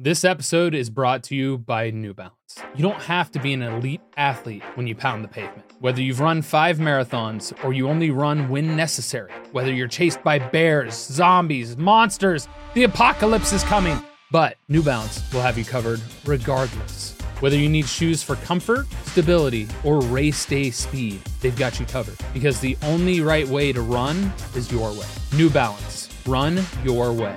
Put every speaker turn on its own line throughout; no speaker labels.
This episode is brought to you by New Balance. You don't have to be an elite athlete when you pound the pavement. Whether you've run five marathons or you only run when necessary, whether you're chased by bears, zombies, monsters, the apocalypse is coming. But New Balance will have you covered regardless. Whether you need shoes for comfort, stability, or race day speed, they've got you covered because the only right way to run is your way. New Balance, run your way.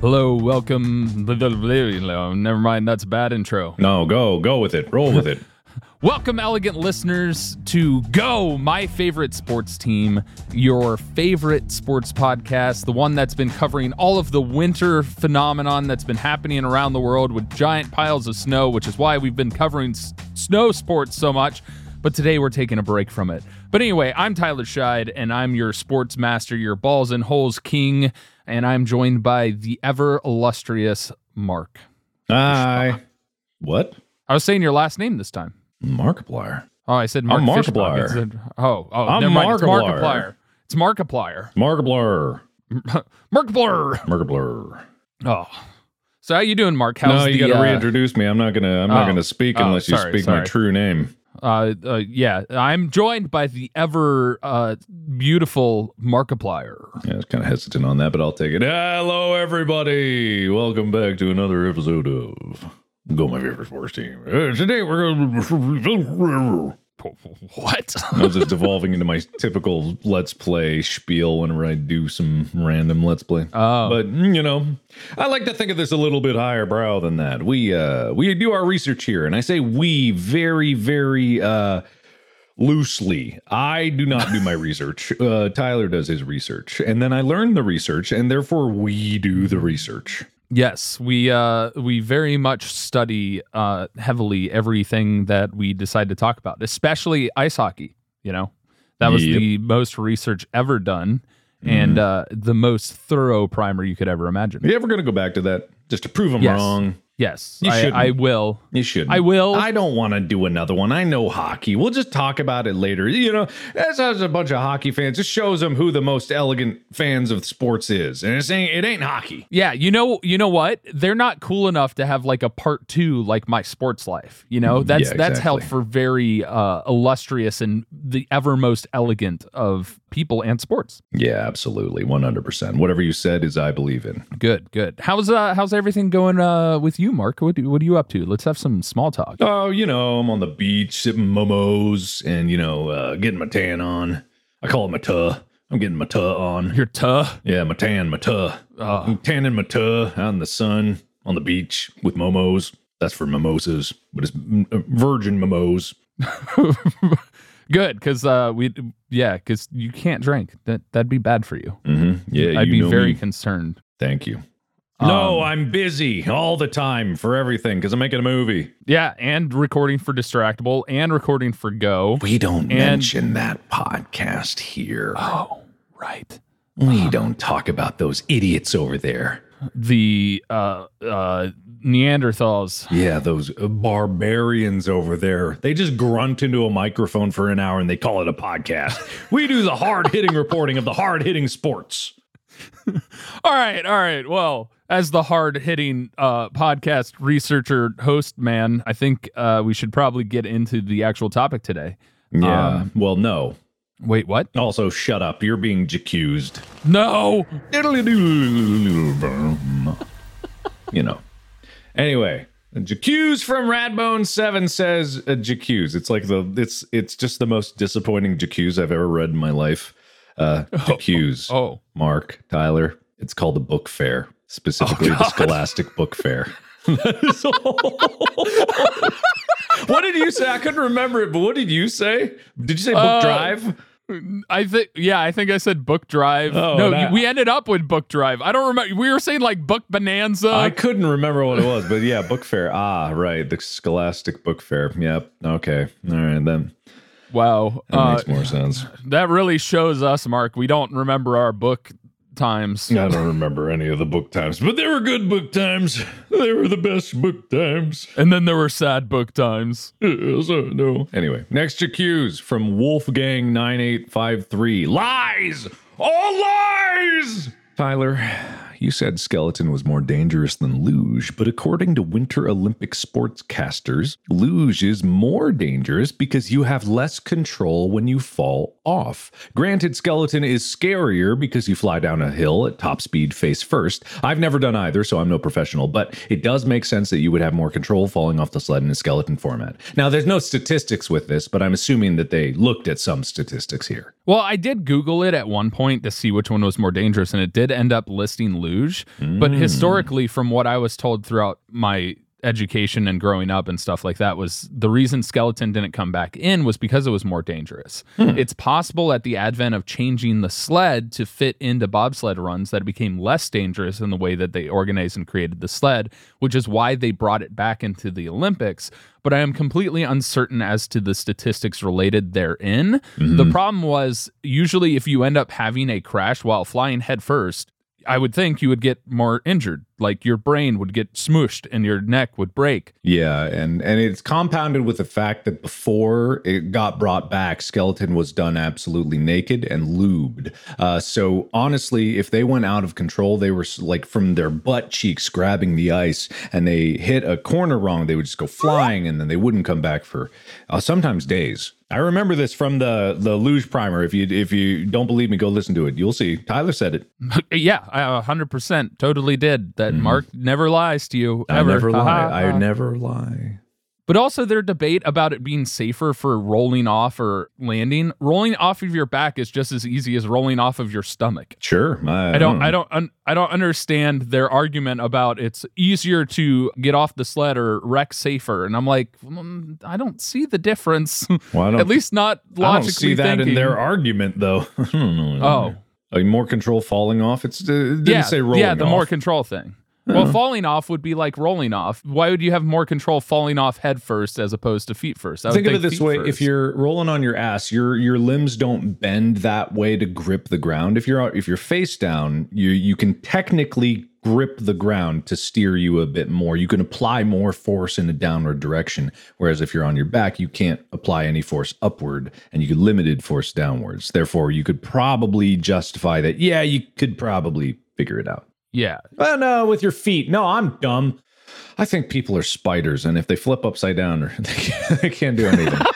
Hello, welcome. blah, blah, blah, blah. Never mind, that's a bad intro.
No, go, go with it. Roll with it.
Welcome, elegant listeners, to Go, my favorite sports team, your favorite sports podcast, the one that's been covering all of the winter phenomenon that's been happening around the world with giant piles of snow, which is why we've been covering s- snow sports so much. But today we're taking a break from it. But anyway, I'm Tyler Scheid, and I'm your sports master, your balls and holes king, and I'm joined by the ever illustrious Mark.
Hi. What?
I was saying your last name this time.
Markiplier.
Oh, I said Mark
I'm
Fishbach.
Markiplier.
It's a- Oh, oh,
I'm
never mind. It's
Markiplier.
Markiplier. It's Markiplier.
Markiplier.
Markiplier.
Markiplier.
Oh, so how you doing, Mark? How's
no, you
the,
gotta
uh,
reintroduce me. I'm not gonna. I'm
Oh.
not gonna speak
Oh,
unless
sorry,
you speak
sorry.
my true name.
uh, uh, yeah, I'm joined by the ever uh, beautiful Markiplier.
Yeah, I was kind of hesitant on that, but I'll take it. Hello, everybody. Welcome back to another episode of Go My Favorite Sports Team. Uh, today we're gonna.
What?
I was just devolving into my typical Let's Play spiel whenever I do some random Let's Play.
Oh,
But mm, you know, I like to think of this a little bit higher brow than that. We uh we do our research here, and I say we very very uh loosely. I do not do my research. Uh Tyler does his research, and then I learn the research, and therefore we do the research.
yes, we uh, we very much study uh, heavily everything that we decide to talk about, especially ice hockey. You know, that was
Yep. Mm-hmm.
the most research ever done. And uh, the most thorough primer you could ever imagine.
You ever gonna go back to that just to prove them
Yes.
wrong?
Yes,
You
I,
shouldn't.
I will.
You should.
I will.
I don't want to do another one. I know hockey. We'll just talk about it later. You know, that's how there's a bunch of hockey fans. It shows them who the most elegant fans of sports is, and it's ain't it ain't hockey.
Yeah, you know, you know what? They're not cool enough to have like a part two, like my sports life. You know,
Mm,
that's
yeah,
that's held
exactly.
for very uh, illustrious and the ever most elegant of people and sports.
Yeah, absolutely, one hundred percent. Whatever you said is I believe in.
Good, good. How's uh, how's everything going uh, with you, Mark? What do- what are you up to? Let's have some small talk.
Oh, you know, I'm on the beach sipping momos and you know uh, getting my tan on. I call it my tuh. I'm getting my tuh on.
Your tuh.
Yeah, my tan, my tuh. I'm tanning my tuh out in the sun on the beach with momos. That's for mimosas, but it's mm, uh, virgin mimos.
good, because uh, we yeah, because you can't drink. That that'd be bad for you.
Mm-hmm. Yeah,
I'd
you
be
know
very
me.
concerned.
Thank you.
Um,
no, I'm busy all the time for everything because I'm making a movie.
Yeah, and recording for Distractable and recording for Go.
We don't
And- mention
that podcast here.
Oh, right.
We don't talk about those idiots over there.
The uh, uh, Neanderthals.
Yeah, those uh, barbarians over there. They just grunt into a microphone for an hour and they call it a podcast. we do the hard hitting reporting of the hard hitting sports.
All right, all right. Well, as the hard hitting uh, podcast researcher host man, I think uh, we should probably get into the actual topic today.
Um, well, no.
Wait, what?
Also, shut up. You're being accused.
No.
you know. Anyway, Jacuse from Radbone Seven says uh, Jacuse. It's like the it's it's just the most disappointing Jacuse I've ever read in my life. Uh, Jacuse,
Oh,
Mark Tyler. It's called the Book Fair, specifically the Scholastic Book Fair. Oh, That is all. what did you say? I couldn't remember it, but what did you say? Did you say Book
Uh,
Drive?
I think yeah, I think I said book drive.
Oh,
no,
that-
we ended up with book drive. I don't remember. We were saying like book bonanza.
I couldn't remember what it was, but yeah, book fair. Ah, right, the Scholastic Book Fair. Yep. Okay. All right, then
wow,
that
uh,
makes more sense.
that really shows us, Mark. We don't remember our book times.
I don't remember any of the book times, but they were good book times. They were the best book times.
And then there were sad book times.
Yes, I know. Anyway, next to cues from Wolfgang nine eight five three. Lies, all lies. Tyler, you said skeleton was more dangerous than luge, but according to Winter Olympic sportscasters, luge is more dangerous because you have less control when you fall off. Granted, skeleton is scarier because you fly down a hill at top speed face first. I've never done either, so I'm no professional, but it does make sense that you would have more control falling off the sled in a skeleton format. Now, there's no statistics with this, but I'm assuming that they looked at some statistics here.
Well, I did Google it at one point to see which one was more dangerous, and it did end up listing luge. But historically, from what I was told throughout my education and growing up and stuff like that, was the reason skeleton didn't come back in was because it was more dangerous. It's possible at the advent of changing the sled to fit into bobsled runs that it became less dangerous in the way that they organized and created the sled, which is why they brought it back into the Olympics. But I am completely uncertain as to the statistics related therein.
Mm-hmm.
The problem was usually if you end up having a crash while flying headfirst, I would think you would get more injured. Like your brain would get smooshed and your neck would break.
Yeah, and and it's compounded with the fact that before it got brought back, skeleton was done absolutely naked and lubed. Uh, so honestly, if they went out of control, they were s- like from their butt cheeks grabbing the ice, and they hit a corner wrong, they would just go flying, and then they wouldn't come back for uh, sometimes days. I remember this from the the luge primer. If you if you don't believe me, go listen to it. You'll see. Tyler said it.
yeah, I 100% totally did. That Mark never lies to you ever.
Mm-hmm. I never lie.
Ha-ha.
I never lie.
But also their debate about it being safer for rolling off or landing. Rolling off of your back is just as easy as rolling off of your stomach.
Sure.
I don't
Hmm. Mm.
I don't un, I don't understand their argument about it's easier to get off the sled or wreck safer. And I'm like, mm, I don't see the difference.
Well, I don't
At least not logically
I don't see that in
thinking.
their argument, though. I don't know.
Oh.
Like, more control falling off. It's uh, it didn't
yeah,
say rolling.
yeah, the
off.
more control thing. Well, falling off would be like rolling off. Why would you have more control falling off head first as opposed to feet first? I would
Think of it this
feet
way: if
first.
you're rolling on your ass, your your limbs don't bend that way to grip the ground. If you're if you're face down, you you can technically grip the ground to steer you a bit more. You can apply more force in a downward direction. Whereas if you're on your back, you can't apply any force upward, and you get limited force downwards. Therefore, you could probably justify that. Yeah, you could probably figure it out.
yeah,
Well, no, with your feet. No, I'm dumb. I think people are spiders, and if they flip upside down, they can't, they can't do anything.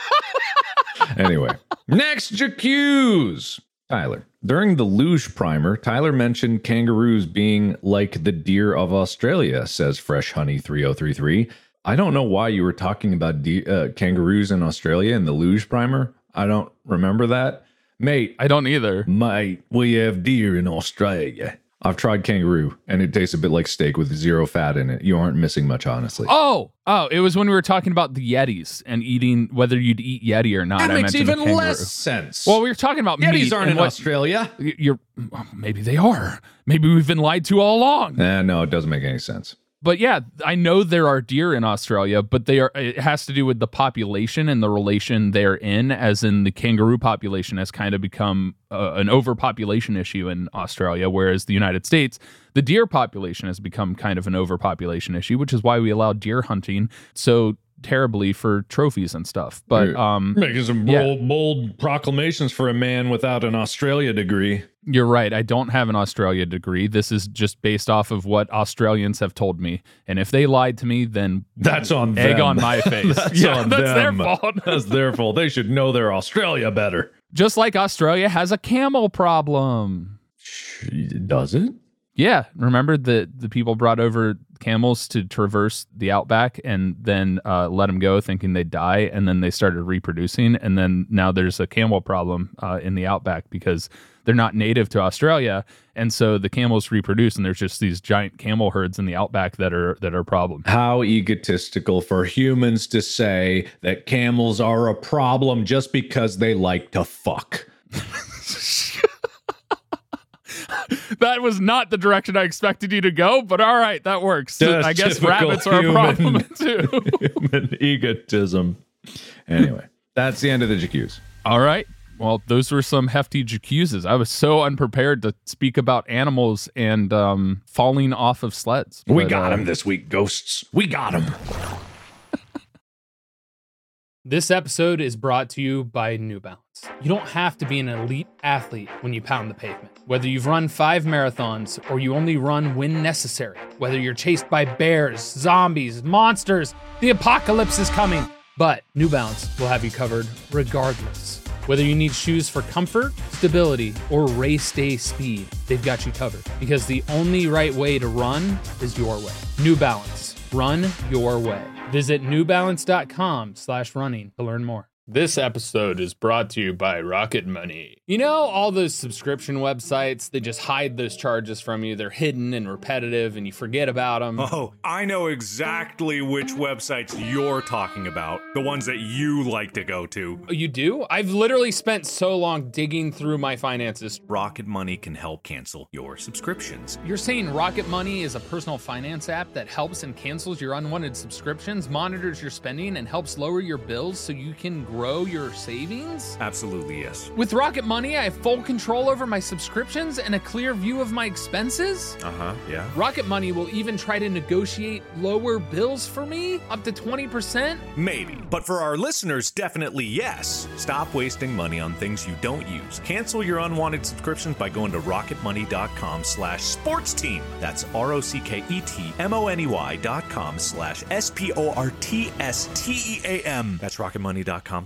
anyway, next Jacuse. Tyler. During the luge primer, Tyler mentioned kangaroos being like the deer of Australia, says Fresh Honey 3033. I don't know why you were talking about de- uh, kangaroos in Australia in the luge primer. I don't remember that. Mate,
I don't either.
Mate, we have deer in Australia. I've tried kangaroo and it tastes a bit like steak with zero fat in it. You aren't missing much, honestly.
Oh, oh, it was when we were talking about the Yetis and eating whether you'd eat Yeti or not. I mentioned the kangaroo.
sense.
Well, we were talking about meat and what-
Australia.
y- You're well, maybe they are. Maybe we've been lied to all along.
Eh, no, it doesn't make any sense.
But yeah, I know there are deer in Australia, but they are it has to do with the population and the relation they're in, as in the kangaroo population has kind of become uh, an overpopulation issue in Australia, whereas the United States, the deer population has become kind of an overpopulation issue, which is why we allow deer hunting so terribly for trophies and stuff. But um,
Making some
Yeah.
bold, bold proclamations for a man without an Australia degree.
You're right. I don't have an Australia degree. This is just based off of what Australians have told me. And if they lied to me, then
That's on
egg
them.
on my face.
That's
yeah,
on
that's
them.
their fault.
That's their fault. They should know their Australia better.
just like Australia has a camel problem.
Does it?
Yeah, remember that the people brought over camels to traverse the outback and then uh, let them go, thinking they'd die, and then they started reproducing, and then now there's a camel problem uh, in the outback because they're not native to Australia, and so the camels reproduce, and there's just these giant camel herds in the outback that are that are a problem.
How egotistical for humans to say that camels are a problem just because they like to fuck.
That was not the direction I expected you to go, but all right, that works. I
That's
guess
typical
rabbits are a
human.
problem too.
Human egotism. Anyway, that's the end of the JQs.
All right. Well, those were some hefty jacuzzas. I was so unprepared to speak about animals and um, falling off of sleds.
We
But,
got
uh,
him this week, ghosts. We got him.
This episode is brought to you by New Balance. You don't have to be an elite athlete when you pound the pavement. Whether you've run five marathons or you only run when necessary, whether you're chased by bears, zombies, monsters, the apocalypse is coming. But New Balance will have you covered regardless. Whether you need shoes for comfort, stability, or race day speed, they've got you covered because the only right way to run is your way. New Balance, run your way. Visit newbalance.com slash running to learn more. This episode is brought to you by Rocket Money. You know, all those subscription websites, they just hide those charges from you. They're hidden and repetitive, and you forget about them.
Oh, I know exactly which websites you're talking about. The ones that you like to go to.
You do? I've literally spent so long digging through my finances.
Rocket Money can help cancel your subscriptions.
You're saying Rocket Money is a personal finance app that helps and cancels your unwanted subscriptions, monitors your spending, and helps lower your bills so you can grow your savings?
Absolutely, yes.
With Rocket Money, I have full control over my subscriptions and a clear view of my expenses?
Uh huh, yeah.
Rocket Money will even try to negotiate lower bills for me, up to 20%.
Maybe. But for our listeners, definitely yes. Stop wasting money on things you don't use. Cancel your unwanted subscriptions by going to rocketmoney.com slash sports team. That's E R-O-C-K-E-T-M-O-N-E-Y dot com slash S-P-O-R-T-S-T-E-A-M. E That's rocketmoney.com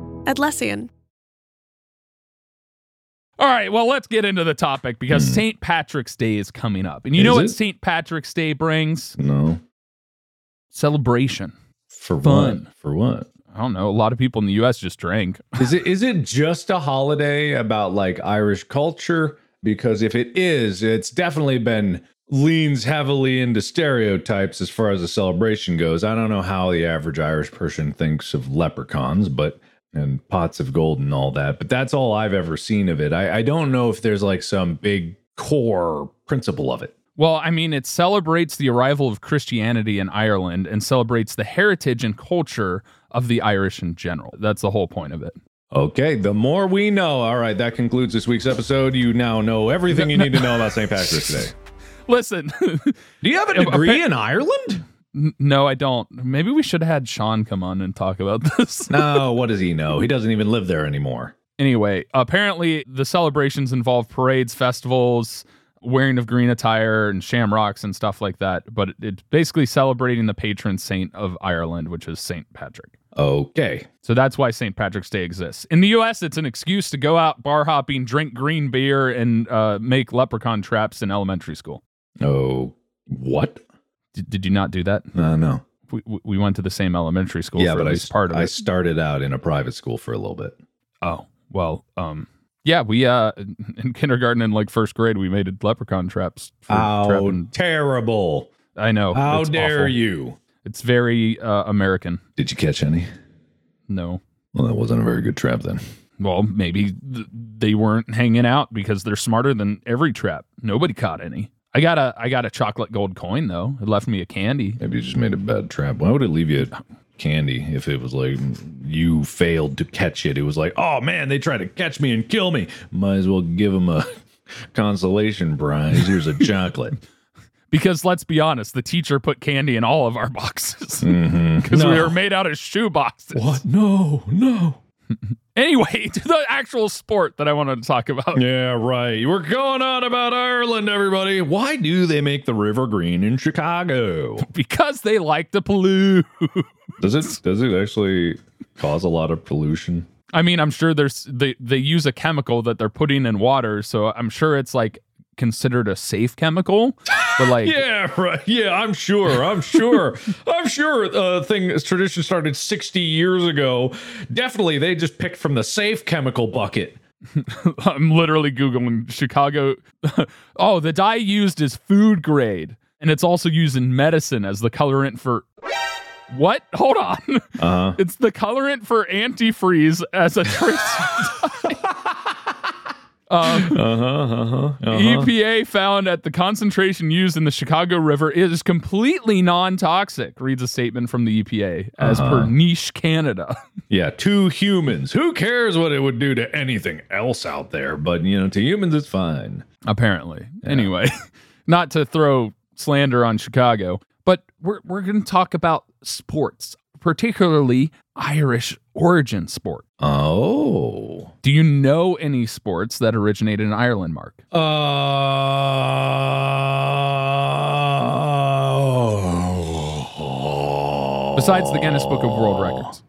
Atlassian.
All right, well, let's get into the topic because St. Patrick's Day is coming up. And you know
Hmm.
what
Is it?
St. Patrick's Day brings?
No.
Celebration.
For
Fun.
what? For what?
I don't know. A lot of people in the U.S. just drank.
Is it is it just a holiday about like Irish culture? Because if it is, it's definitely been leans heavily into stereotypes as far as the celebration goes. I don't know how the average Irish person thinks of leprechauns, but and pots of gold and all that. But that's all I've ever seen of it. I, I don't know if there's like some big core principle of it.
Well, I mean, it celebrates the arrival of Christianity in Ireland and celebrates the heritage and culture of the Irish in general. That's the whole point of it.
Okay, the more we know. All right, that concludes this week's episode. You now know everything you need to know about St. Patrick's Day.
Listen,
Do you have a degree in Ireland?
n- no, I don't. Maybe we should have had Sean come on and talk about this.
No, what does he know? He doesn't even live there anymore.
Anyway, apparently the celebrations involve parades, festivals, wearing of green attire, and shamrocks and stuff like that. But it- it's basically celebrating the patron saint of Ireland, which is St. Patrick.
Okay.
So that's why St. Patrick's Day exists. In the U.S., it's an excuse to go out bar hopping, drink green beer, and uh, make leprechaun traps in elementary school.
Oh, what?
D- did you not do that?
Uh, no.
We, we- we went to the same elementary school
yeah,
for
but
at
I,
least part of
I
it.
started out in a private school for a little bit.
oh, well, um, yeah, we uh, in kindergarten and like first grade, we made leprechaun traps. for trapping-
terrible.
I
Oh,
know. it's awful.
you?
It's very uh, American.
Did you catch any?
No.
Well, that wasn't a very good trap then.
Well, maybe th- they weren't hanging out because they're smarter than every trap. Nobody caught any. I got a I got a chocolate gold coin though. It left me a candy.
Maybe you just made a bad trap. Why would it leave you candy if it was like you failed to catch it? It was like, oh man, they tried to catch me and kill me. Might as well give them a consolation prize. Here's a chocolate.
Because let's be honest, the teacher put candy in all of our boxes because we were made out of shoe boxes.
Mm-hmm. What? No, no.
Anyway, to the actual sport that I wanted to talk about.
Yeah, right. We're going on about Ireland, everybody. Why do they make the river green in Chicago?
Because they like to pollute.
Does it does it actually cause a lot of pollution?
I mean, I'm sure there's they they use a chemical that they're putting in water, so I'm sure it's like considered a safe chemical. But like
Yeah, right. Yeah, I'm sure. I'm sure. I'm sure. Uh, thing tradition started 60 years ago. Definitely, they just picked from the safe chemical bucket.
I'm literally googling Chicago. oh, the dye used is food grade, and it's also used in medicine as the colorant for what? Hold on.
Uh-huh.
It's the colorant for antifreeze as a trace
Uh huh. Uh huh.
EPA E found at the concentration used in the Chicago River is completely non-toxic, reads a statement from the EPA as
Uh-huh.
per Niche Canada.
Yeah, two humans. Who cares what it would do to anything else out there? But you know, to humans, it's fine.
apparently. Anyway, not to throw slander on Chicago, but we're we're going to talk about sports, particularly Irish origin sport.
Oh.
Do you know any sports that originated in Ireland, Mark?
Uh, Oh.
Besides the Guinness Book of World Records,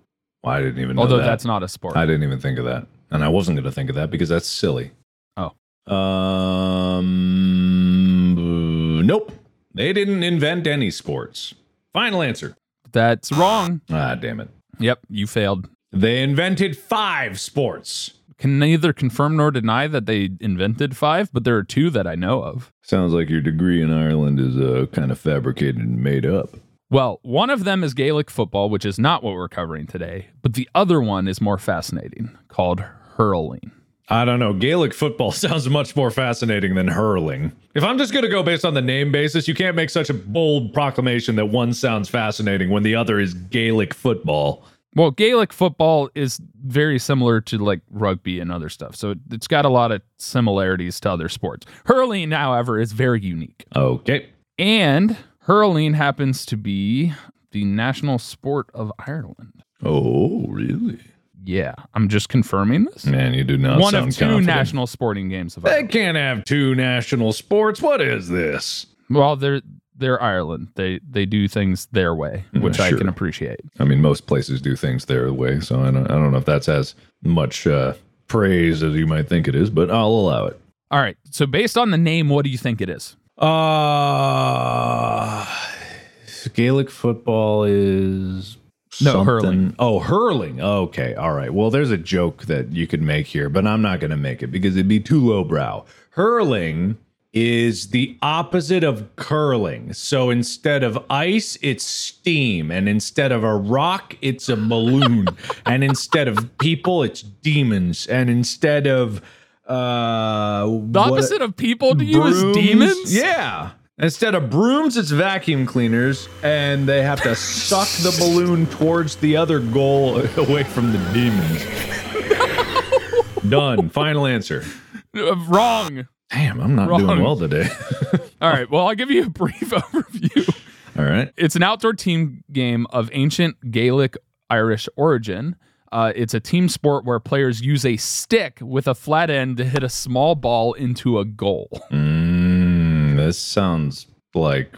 I didn't even. Oh. know
although
that.
that's not a sport.
I didn't even think of that, and I wasn't going to think of that because that's silly.
Oh.
Um. Nope. They didn't invent any sports. Final answer.
That's wrong.
Ah, damn it.
Yep, you failed.
They invented five sports.
Can neither confirm nor deny that they invented five, but there are two that I know of.
Sounds like your degree in Ireland is uh, kind of fabricated and made up.
Well, one of them is Gaelic football, which is not what we're covering today, but the other one is more fascinating, called hurling.
I don't know. Gaelic football sounds much more fascinating than hurling. If I'm just going to go based on the name basis, you can't make such a bold proclamation that one sounds fascinating when the other is Gaelic football.
Well, Gaelic football is very similar to like rugby and other stuff. So it- it's got a lot of similarities to other sports. Hurling, however, is very unique.
Okay.
And hurling happens to be the national sport of Ireland.
Oh, really?
Yeah, I'm just confirming this.
Man, you do not
one of
sound
two
confident. Eh,
national sporting games of
They
Ireland.
can't have two national sports. What is this?
Well, they're they're Ireland. They they do things their way, which I
Mm-hmm. sure.
can appreciate.
I mean, most places do things their way, so I don't, I don't know if that's as much uh, praise as you might think it is, but I'll allow it.
All right. So based on the name, what do you think it is?
Uh Gaelic football is
No, hurling.
Oh, hurling. Okay, all right. Well, there's a joke that you could make here, but I'm not going to make it because it'd be too lowbrow. Hurling is the opposite of curling. So instead of ice, it's steam, and instead of a rock, it's a balloon, and instead of people, it's demons, and instead of uh
The opposite of people to you is
brooms-
demons?
Yeah. Instead of brooms, it's vacuum cleaners, and they have to suck the balloon towards the other goal away from the demons. Done. Final answer.
Uh, wrong.
Damn, I'm not
Wrong.
doing well today.
All right. Well, I'll give you a brief overview.
All right.
It's an outdoor team game of ancient Gaelic Irish origin. Uh, it's a team sport where players use a stick with a flat end to hit a small ball into a goal.
Mm, this sounds like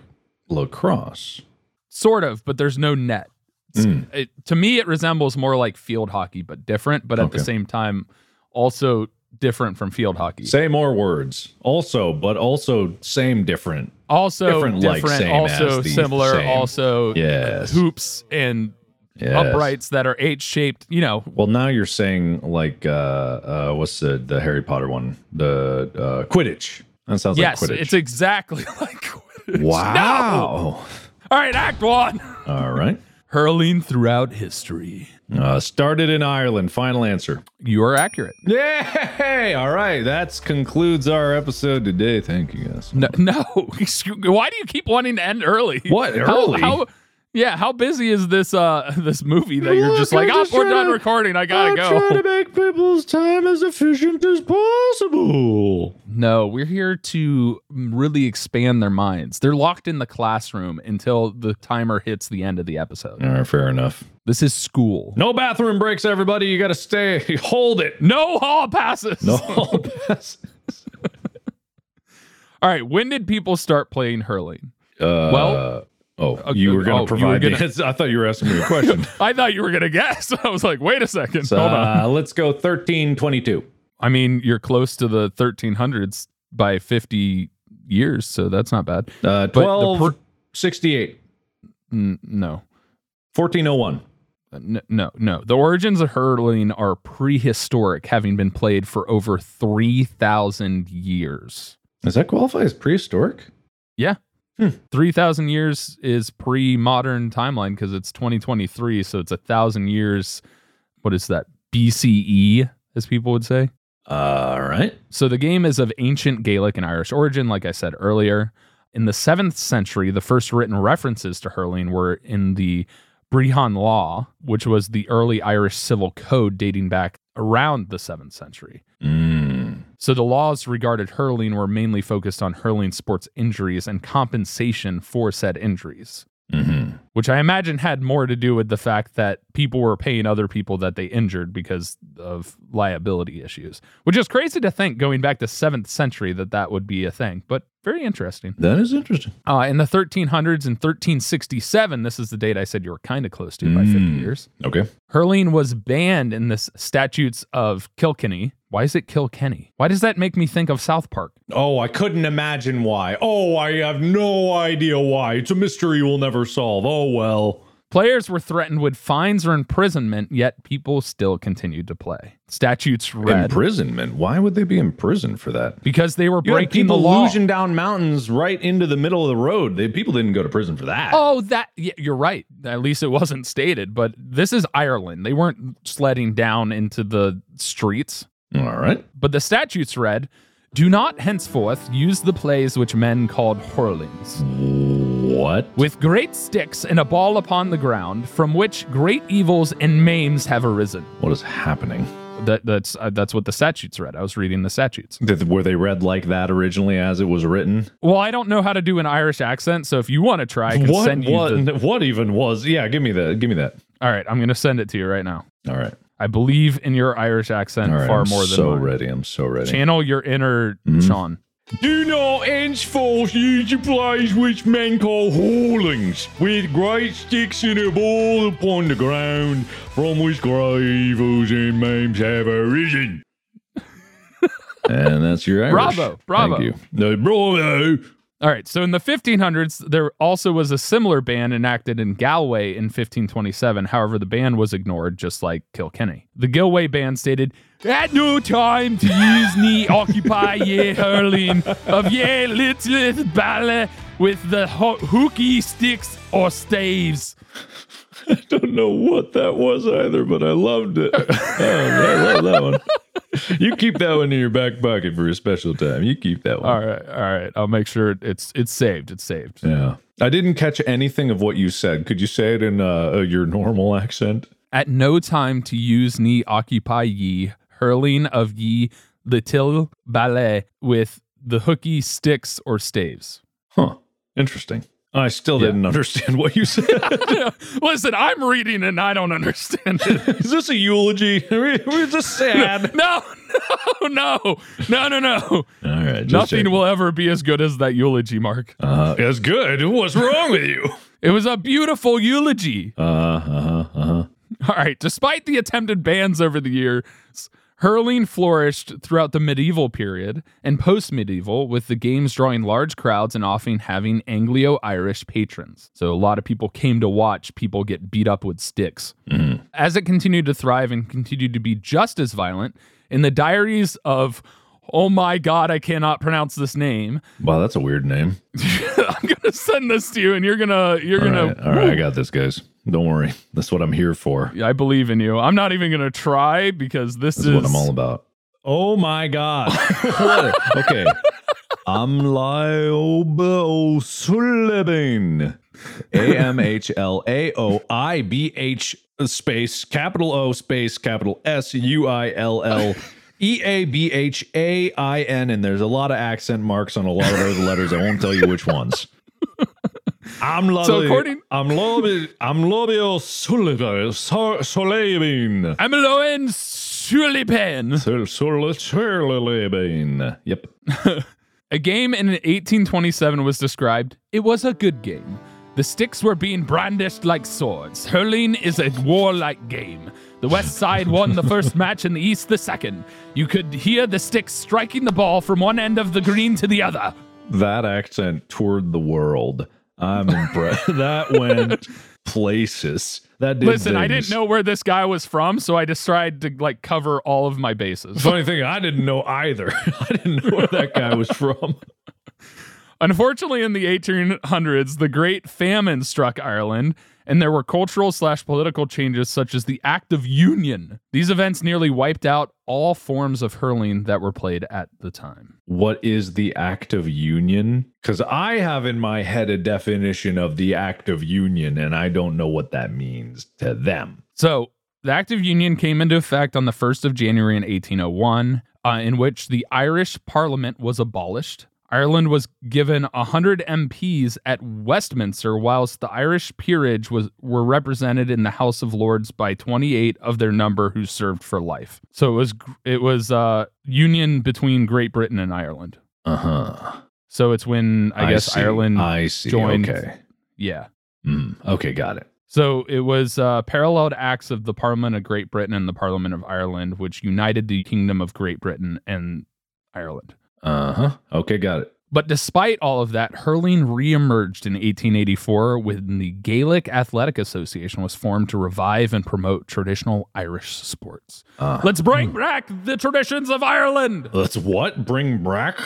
lacrosse.
Sort of, but there's no net. It's-
Hmm.
it- to me, it resembles more like field hockey, but different, but at the
Okay.
same time, also different from field hockey.
Say more words. Also, but also same different.
also different,
Different, like, same
also
as the
similar,
same.
also uh,
Yes.
hoops and
Yes.
uprights that are H shaped. You know,
Well, now you're saying like uh, uh, what's the the Harry Potter one? The uh, Quidditch. That sounds
yes,
like Quidditch.
it's exactly like Quidditch.
wow.
All right, Act One.
All right.
Hurling throughout history.
Uh, started in Ireland. Final answer.
You are accurate.
Yay! All right. That concludes our episode today. Thank you guys.
No, no. Excuse- Why do you keep wanting to end early?
What,
How-
early?
How, Yeah, how busy is this uh this movie that you're just like, oh, we're done recording, I gotta go.
Trying to make people's time as efficient as possible.
No, we're here to really expand their minds. They're locked in the classroom until the timer hits the end of the episode.
All right, fair enough.
This is school.
No bathroom breaks, everybody. You got to stay. Hold it.
No hall passes.
No
All
hall pass.
right, when did people start playing hurling?
Uh,
Well-
oh, you were
oh, you
going to
were
provide. the
gonna-
answer. I thought you were asking me a question.
I thought you were gonna guess. I was like, wait a second.
So,
Hold on.
uh, let's go thirteen twenty-two.
I mean, you're close to the 1300s by 50 years, so that's not bad.
Uh,
the
12,
per-
68,
N- no. Uh,
1401.
N- no, no. The origins of hurling are prehistoric, having been played for over 3,000 years.
Does that qualify as prehistoric?
3,000 years is pre modern timeline because it's 2023. So it's a thousand years. What is that? BCE, as people would say.
All right.
So the game is of ancient Gaelic and Irish origin, like I said earlier. In the 7th century, the first written references to hurling were in the Brehon Law, which was the early Irish civil code dating back around the 7th century.
Mm.
So the laws regarded hurling were mainly focused on hurling sports injuries and compensation for said injuries,
Mm-hmm.
which I imagine had more to do with the fact that people were paying other people that they injured because of liability issues, which is crazy to think going back to 7th century that that would be a thing, but very interesting.
That is interesting.
Uh, in the 1300s and 1367, this is the date I said you were kind of close to by 50
Mm.
years.
Okay.
Hurling was banned in the s- statutes of Kilkenny. Why is it Kilkenny? Why does that make me think of South Park?
Oh, I couldn't imagine why. Oh, I have no idea why. It's a mystery we'll never solve. Oh, well.
Players were threatened with fines or imprisonment, yet people still continued to play. Statutes read
Imprisonment. Why would they be imprisoned for that?
because they were
You had
breaking the
people
law.
losing down mountains right into the middle of the road. They, people didn't go to prison for that.
Oh, that yeah, you're right. At least it wasn't stated, but this is Ireland. They weren't sledding down into the streets.
All right.
But the statutes read, "Do not henceforth use the plays which men called hurlings."
What?
with great sticks and a ball upon the ground, from which great evils and maims have arisen.
What is happening?
That, that's uh, that's what the statutes read. I was reading the statutes.
Did- were they read like that originally as it was written?
Well, I don't know how to do an Irish accent, so if you want to try, I can
What?
send you.
What?
the-
what even was? Yeah, give me that. Give me that.
All right, I'm going to send it to you right now.
All right.
I believe in your Irish accent
All right.
far
I'm
more than
so
mine.
ready. Mm-hmm. I'm so ready.
Channel your inner Sean.
Do not henceforth use the plays which men call haulings, with great sticks and a ball upon the ground, from which great evils and maims have arisen. and that's your Irish.
Bravo, bravo.
Thank you. No, bravo.
All right, so in the 1500s, there also was a similar ban enacted in Galway in 1527. However, the ban was ignored, just like Kilkenny. The Galway ban stated, At no time to use ni occupy ye hurling of ye little ballet with the ho- hooky sticks or staves.
I don't know what that was either, but I loved it. oh, I love that one. You keep that one in your back pocket for a special time. You keep that one.
All right, all right, I'll make sure it's it's saved. It's saved.
Yeah. I didn't catch anything of what you said. Could you say it in uh, your normal accent?
At no time to use ni occupy ye, hurling of ye little ballet with the hooky sticks or staves.
Huh. Interesting. I still
Yeah.
didn't understand what you said.
Listen, I'm reading and I don't understand it.
Is this a eulogy? We're we're just sad.
No, no, no, no, no, no.
All right. just
Nothing
checking.
will ever be as good as that eulogy, Mark.
Uh, that's good. What's wrong with you?
It was a beautiful eulogy.
Uh, uh-huh, uh-huh.
All right. Despite the attempted bans over the years, hurling flourished throughout the medieval period and post medieval, with the games drawing large crowds and often having Anglo Irish patrons. So a lot of people came to watch people get beat up with sticks.
Mm-hmm.
As it continued to thrive and continued to be just as violent, in the diaries of Oh my God, I cannot pronounce this name.
Wow, that's a weird name.
I'm gonna send this to you, and you're gonna you're
All
gonna.
right. All right. I got this, guys. Don't worry. That's what I'm here for.
I believe in you. I'm not even gonna try because this
That's
is
what I'm all about. Oh my god. What a- okay. I'm Liob O'Sullivan. A M H L A O I B H space capital O space capital S U I L L E A B H A I N. And there's a lot of accent marks on a lot of those letters. I won't tell you which ones. I'm Lobby.
according-
I'm Lobby. I'm Lobby O'Sullivan. Sol- Sullivan.
I'm Loen Sullivan.
Sul- Sul- Sullivan. Yep.
A game in 1827 was described. It was a good game. The sticks were being brandished like swords. Hurling is a warlike game. The West Side won the first match and the East the second. You could hear the sticks striking the ball from one end of the green to the other.
that accent toured the world. I'm impressed. that went places. That did.
Listen, I didn't
things.
know where this guy was from, so I just tried to like cover all of my bases.
Funny thing, I didn't know either. I didn't know where that guy was from.
Unfortunately, in the 1800s, the Great Famine struck Ireland, and there were cultural slash political changes such as the Act of Union. These events nearly wiped out all forms of hurling that were played at the time.
What is the act of union? Because I have in my head a definition of the act of union, and I don't know what that means to them.
So, the Act of Union came into effect on the 1st of January in 1801, uh, in which the Irish Parliament was abolished. Ireland was given 100 MPs at Westminster, whilst the Irish peerage was were represented in the House of Lords by 28 of their number who served for life. So it was gr- it was uh, union between Great Britain and Ireland.
Uh huh.
So it's when I, guess Ireland,
I see.
joined-
Okay.
yeah.
Mm, okay, got it.
So it was uh, paralleled acts of the Parliament of Great Britain and the Parliament of Ireland, which united the Kingdom of Great Britain and Ireland.
Uh huh. Okay, got it.
But despite all of that, hurling reemerged in 1884 when the Gaelic Athletic Association was formed to revive and promote traditional Irish sports.
Uh,
Let's bring back the traditions of Ireland.
Let's what? Bring brack?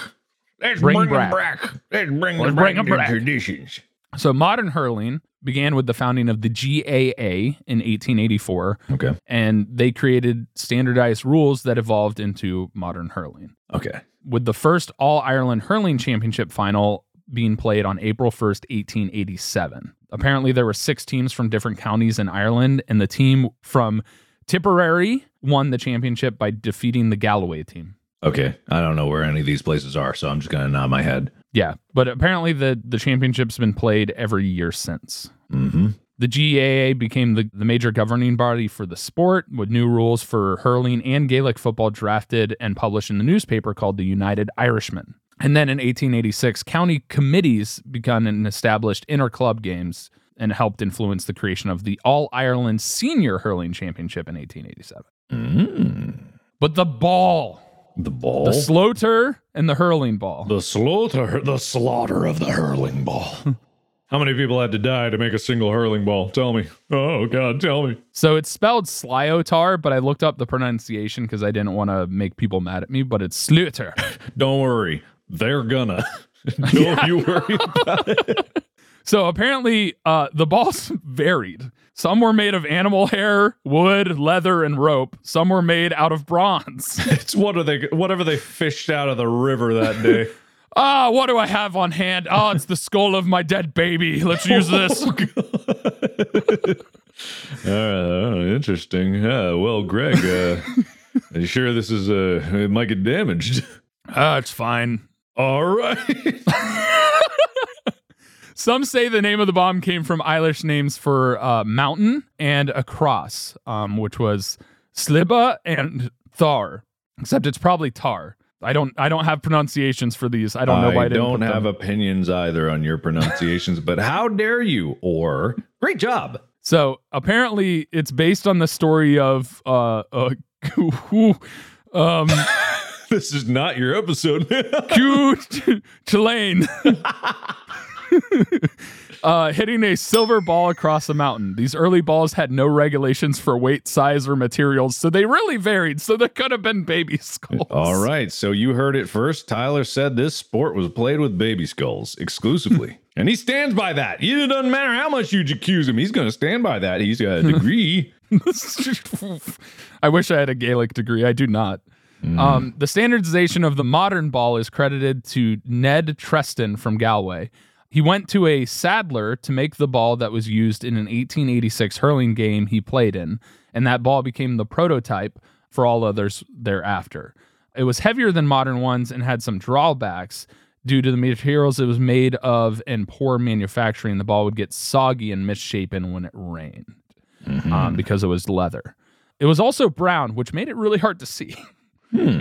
Let's
Bring
bring,
brack.
them brack. Let's bring
Let's
them
bring
back
them
to
brack.
traditions.
So modern hurling began with the founding of the GAA in 1884,
Okay.
and they created standardized rules that evolved into modern hurling.
Okay.
with the first All Ireland Hurling Championship final being played on April 1st, 1887. Apparently, there were six teams from different counties in Ireland, and the team from Tipperary won the championship by defeating the Galloway team.
Okay. I don't know where any of these places are, so I'm just gonna nod my head.
Yeah, but apparently the, the championship's been played every year since.
Mm-hmm.
The GAA became the, the major governing body for the sport, with new rules for hurling and Gaelic football drafted and published in the newspaper called the United Irishman. And then in 1886, county committees begun and established inter-club games and helped influence the creation of the All Ireland Senior Hurling Championship in 1887.
Mm.
But the ball,
The ball.
the sloter, and the hurling ball.
the slaughter. The slaughter of the hurling ball. How many people had to die to make a single hurling ball? Tell me. Oh God, tell me.
So it's spelled Sliotar, but I looked up the pronunciation because I didn't want to make people mad at me, but it's Sluter.
Don't worry, they're gonna. Don't you worry about it.
So apparently, uh, the balls varied. Some were made of animal hair, wood, leather, and rope. Some were made out of bronze.
It's what are they? Whatever they fished out of the river that day.
ah, what do I have on hand? Ah, it's the skull of my dead baby. Let's use
Oh,
this.
Uh, interesting. Uh, well, Greg, uh, are you sure this is uh, it might get damaged?
Ah, it's fine.
All right.
Some say the name of the bomb came from Irish names for uh, mountain and a cross, um, which was Sliba and Thar. Except it's probably Tar. I don't. I don't have pronunciations for these. I don't know why I didn't
don't
put
have
them.
opinions either on your pronunciations, but how dare you? Or great job.
So apparently, it's based on the story of uh, uh who- um,
This is not your episode.
Q Tulane uh, hitting a silver ball across a mountain. These early balls had no regulations for weight, size, or materials, so they really varied. So there could have been baby skulls.
All right. So you heard it first. Tyler said this sport was played with baby skulls exclusively. and he stands by that. It doesn't matter how much you accuse him. He's going to stand by that. He's got a degree.
I wish I had a Gaelic degree. I do not. Um, the standardization of the modern ball is credited to Ned Treston from Galway. He went to a saddler to make the ball that was used in an 1886 hurling game he played in, and that ball became the prototype for all others thereafter. It was heavier than modern ones and had some drawbacks due to the materials it was made of and poor manufacturing. The ball would get soggy and misshapen when it rained
Hmm.
um, because it was leather. It was also brown, which made it really hard to see,
Hmm.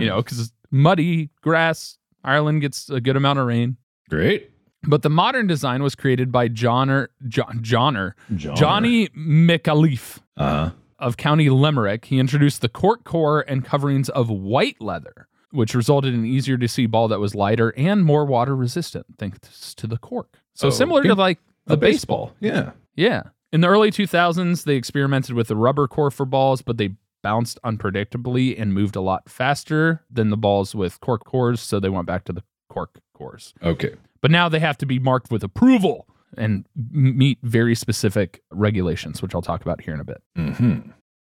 you know, because muddy grass. Ireland gets a good amount of rain.
Great.
But the modern design was created by Johnner, John, Johnner, Johnny McAleef
Uh,
of County Limerick. He introduced the cork core and coverings of white leather, which resulted in an easier to see ball that was lighter and more water resistant, thanks to the cork. So
Oh,
similar to
big-
like the
a
baseball.
baseball. Yeah.
Yeah. In the early 2000s, they experimented with the rubber core for balls, but they bounced unpredictably and moved a lot faster than the balls with cork cores, so they went back to the cork cores.
Okay.
But now they have to be marked with approval and m- meet very specific regulations, which I'll talk about here in a bit.
hmm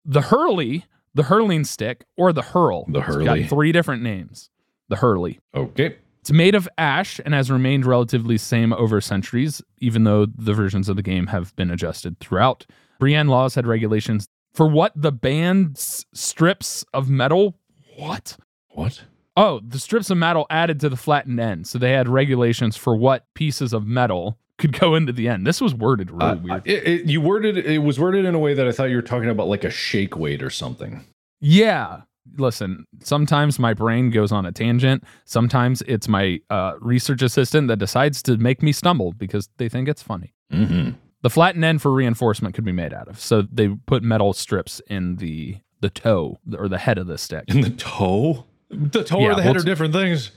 The hurley, the hurling stick, or the hurl.
The
It's
hurley.
got three different names. The hurley.
Okay.
It's made of ash and has remained relatively same over centuries, even though the versions of the game have been adjusted throughout. Brienne Laws had regulations for what the banned s- strips of metal. What?
What?
Oh, the strips of metal added to the flattened end. So they had regulations for what pieces of metal could go into the end. This was worded really
Uh,
weird.
It, it, you worded it was worded in a way that I thought you were talking about like a shake weight or something.
Yeah. Listen, sometimes my brain goes on a tangent. Sometimes it's my uh, research assistant that decides to make me stumble because they think it's funny.
Mm-hmm.
The flattened end for reinforcement could be made out of. So they put metal strips in the the toe or the head of the stick.
And the toe, the toe
Yeah,
or the head
well,
are different things.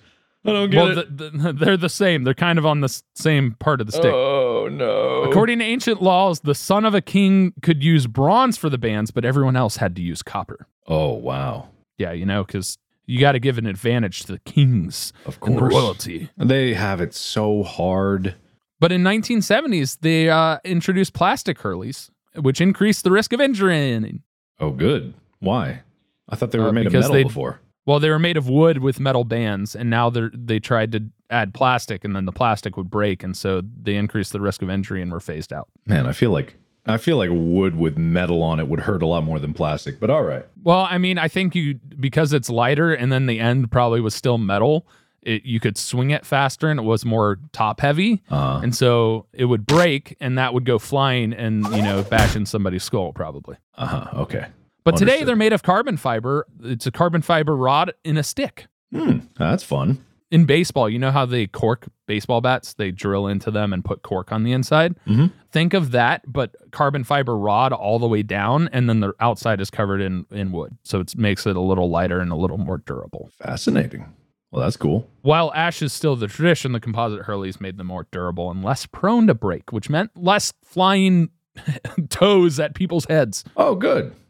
I don't get
well,
it.
the, the, they're the same. They're kind of on the s- same part of the stick.
Oh no!
According to ancient laws, the son of a king could use bronze for the bands, but everyone else had to use copper.
oh wow!
Yeah, you know, because you got to give an advantage to the kings
Of
and the
course,
royalty.
they have it so hard.
But in 1970s, they uh, introduced plastic hurleys, which increased the risk of injury.
Oh good. Why? I thought they were
Uh,
made of
because
metal
they-
before.
Well, they were made of wood with metal bands, and now they they tried to add plastic, and then the plastic would break, and so they increased the risk of injury and were phased out.
Man, I feel like I feel like wood with metal on it would hurt a lot more than plastic. But all right.
Well, I mean, I think you because it's lighter, and then the end probably was still metal. It, you could swing it faster, and it was more top heavy,
Uh,
and so it would break, and that would go flying, and you know, bash in somebody's skull probably.
uh huh. Okay.
But today
Understood.
they're made of carbon fiber. It's a carbon fiber rod in a stick.
Hmm. That's fun.
in baseball, you know how they cork baseball bats? They drill into them and put cork on the inside.
Mhm.
Think of that, but carbon fiber rod all the way down, and then the outside is covered in in wood, so it makes it a little lighter and a little more durable.
Fascinating. Well, that's cool.
While ash is still the tradition, the composite hurleys made them more durable and less prone to break, which meant less flying toes at people's heads.
Oh, good.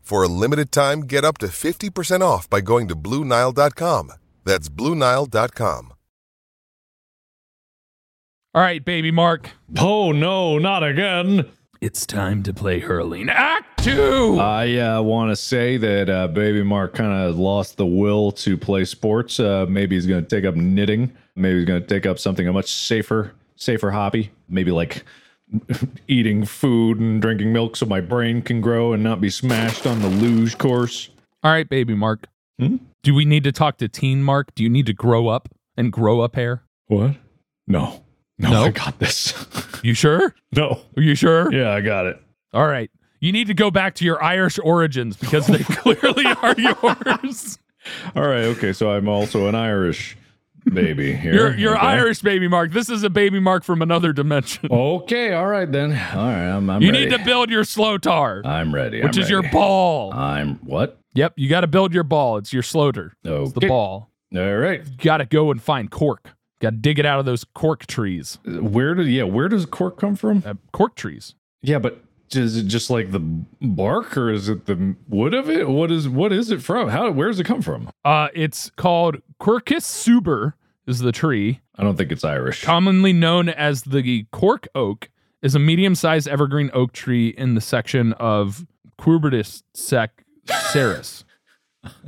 For a limited time, get up to 50% off by going to Blue Nile.com. That's Blue Nile.com.
All right, baby Mark,
Oh no, not again.
it's time to play hurling. Act two.
I uh, want to say that uh, baby Mark kind of lost the will to play sports. Uh, maybe he's going to take up knitting. Maybe he's going to take up something a much safer, safer hobby. Maybe like eating food and drinking milk so my brain can grow and not be smashed on the luge course.
All right, baby Mark.
Hmm?
Do we need to talk to Teen Mark? Do you need to grow up and grow up hair?
What? No. No,
No?
I got this.
You sure?
no.
Are you sure?
Yeah, I got it.
All right. You need to go back to your Irish origins because they clearly are yours.
All right. Okay. So I'm also an Irish baby here.
You're, you're
okay.
Irish baby Mark. This is a baby Mark from another dimension.
Okay. All right then. All right. I'm. I'm
you
ready.
need to build your slotar,
I'm ready.
which
I'm
is your
ready. Uh,
ball.
I'm what?
yep, you got to build your ball. It's your slotar.
Okay.
It's the ball.
All right.
You got to go and find cork. Got to dig it out of those cork trees.
Where do yeah? Where does cork come from?
Uh, cork trees.
Yeah, but is it just like the bark, or is it the wood of it? What is what is it from? How where does it come from?
Uh, it's called Quercus suber is the tree,
I don't think it's Irish.
commonly known as the cork oak, is a medium-sized evergreen oak tree in the section of Cubertus sec ceres.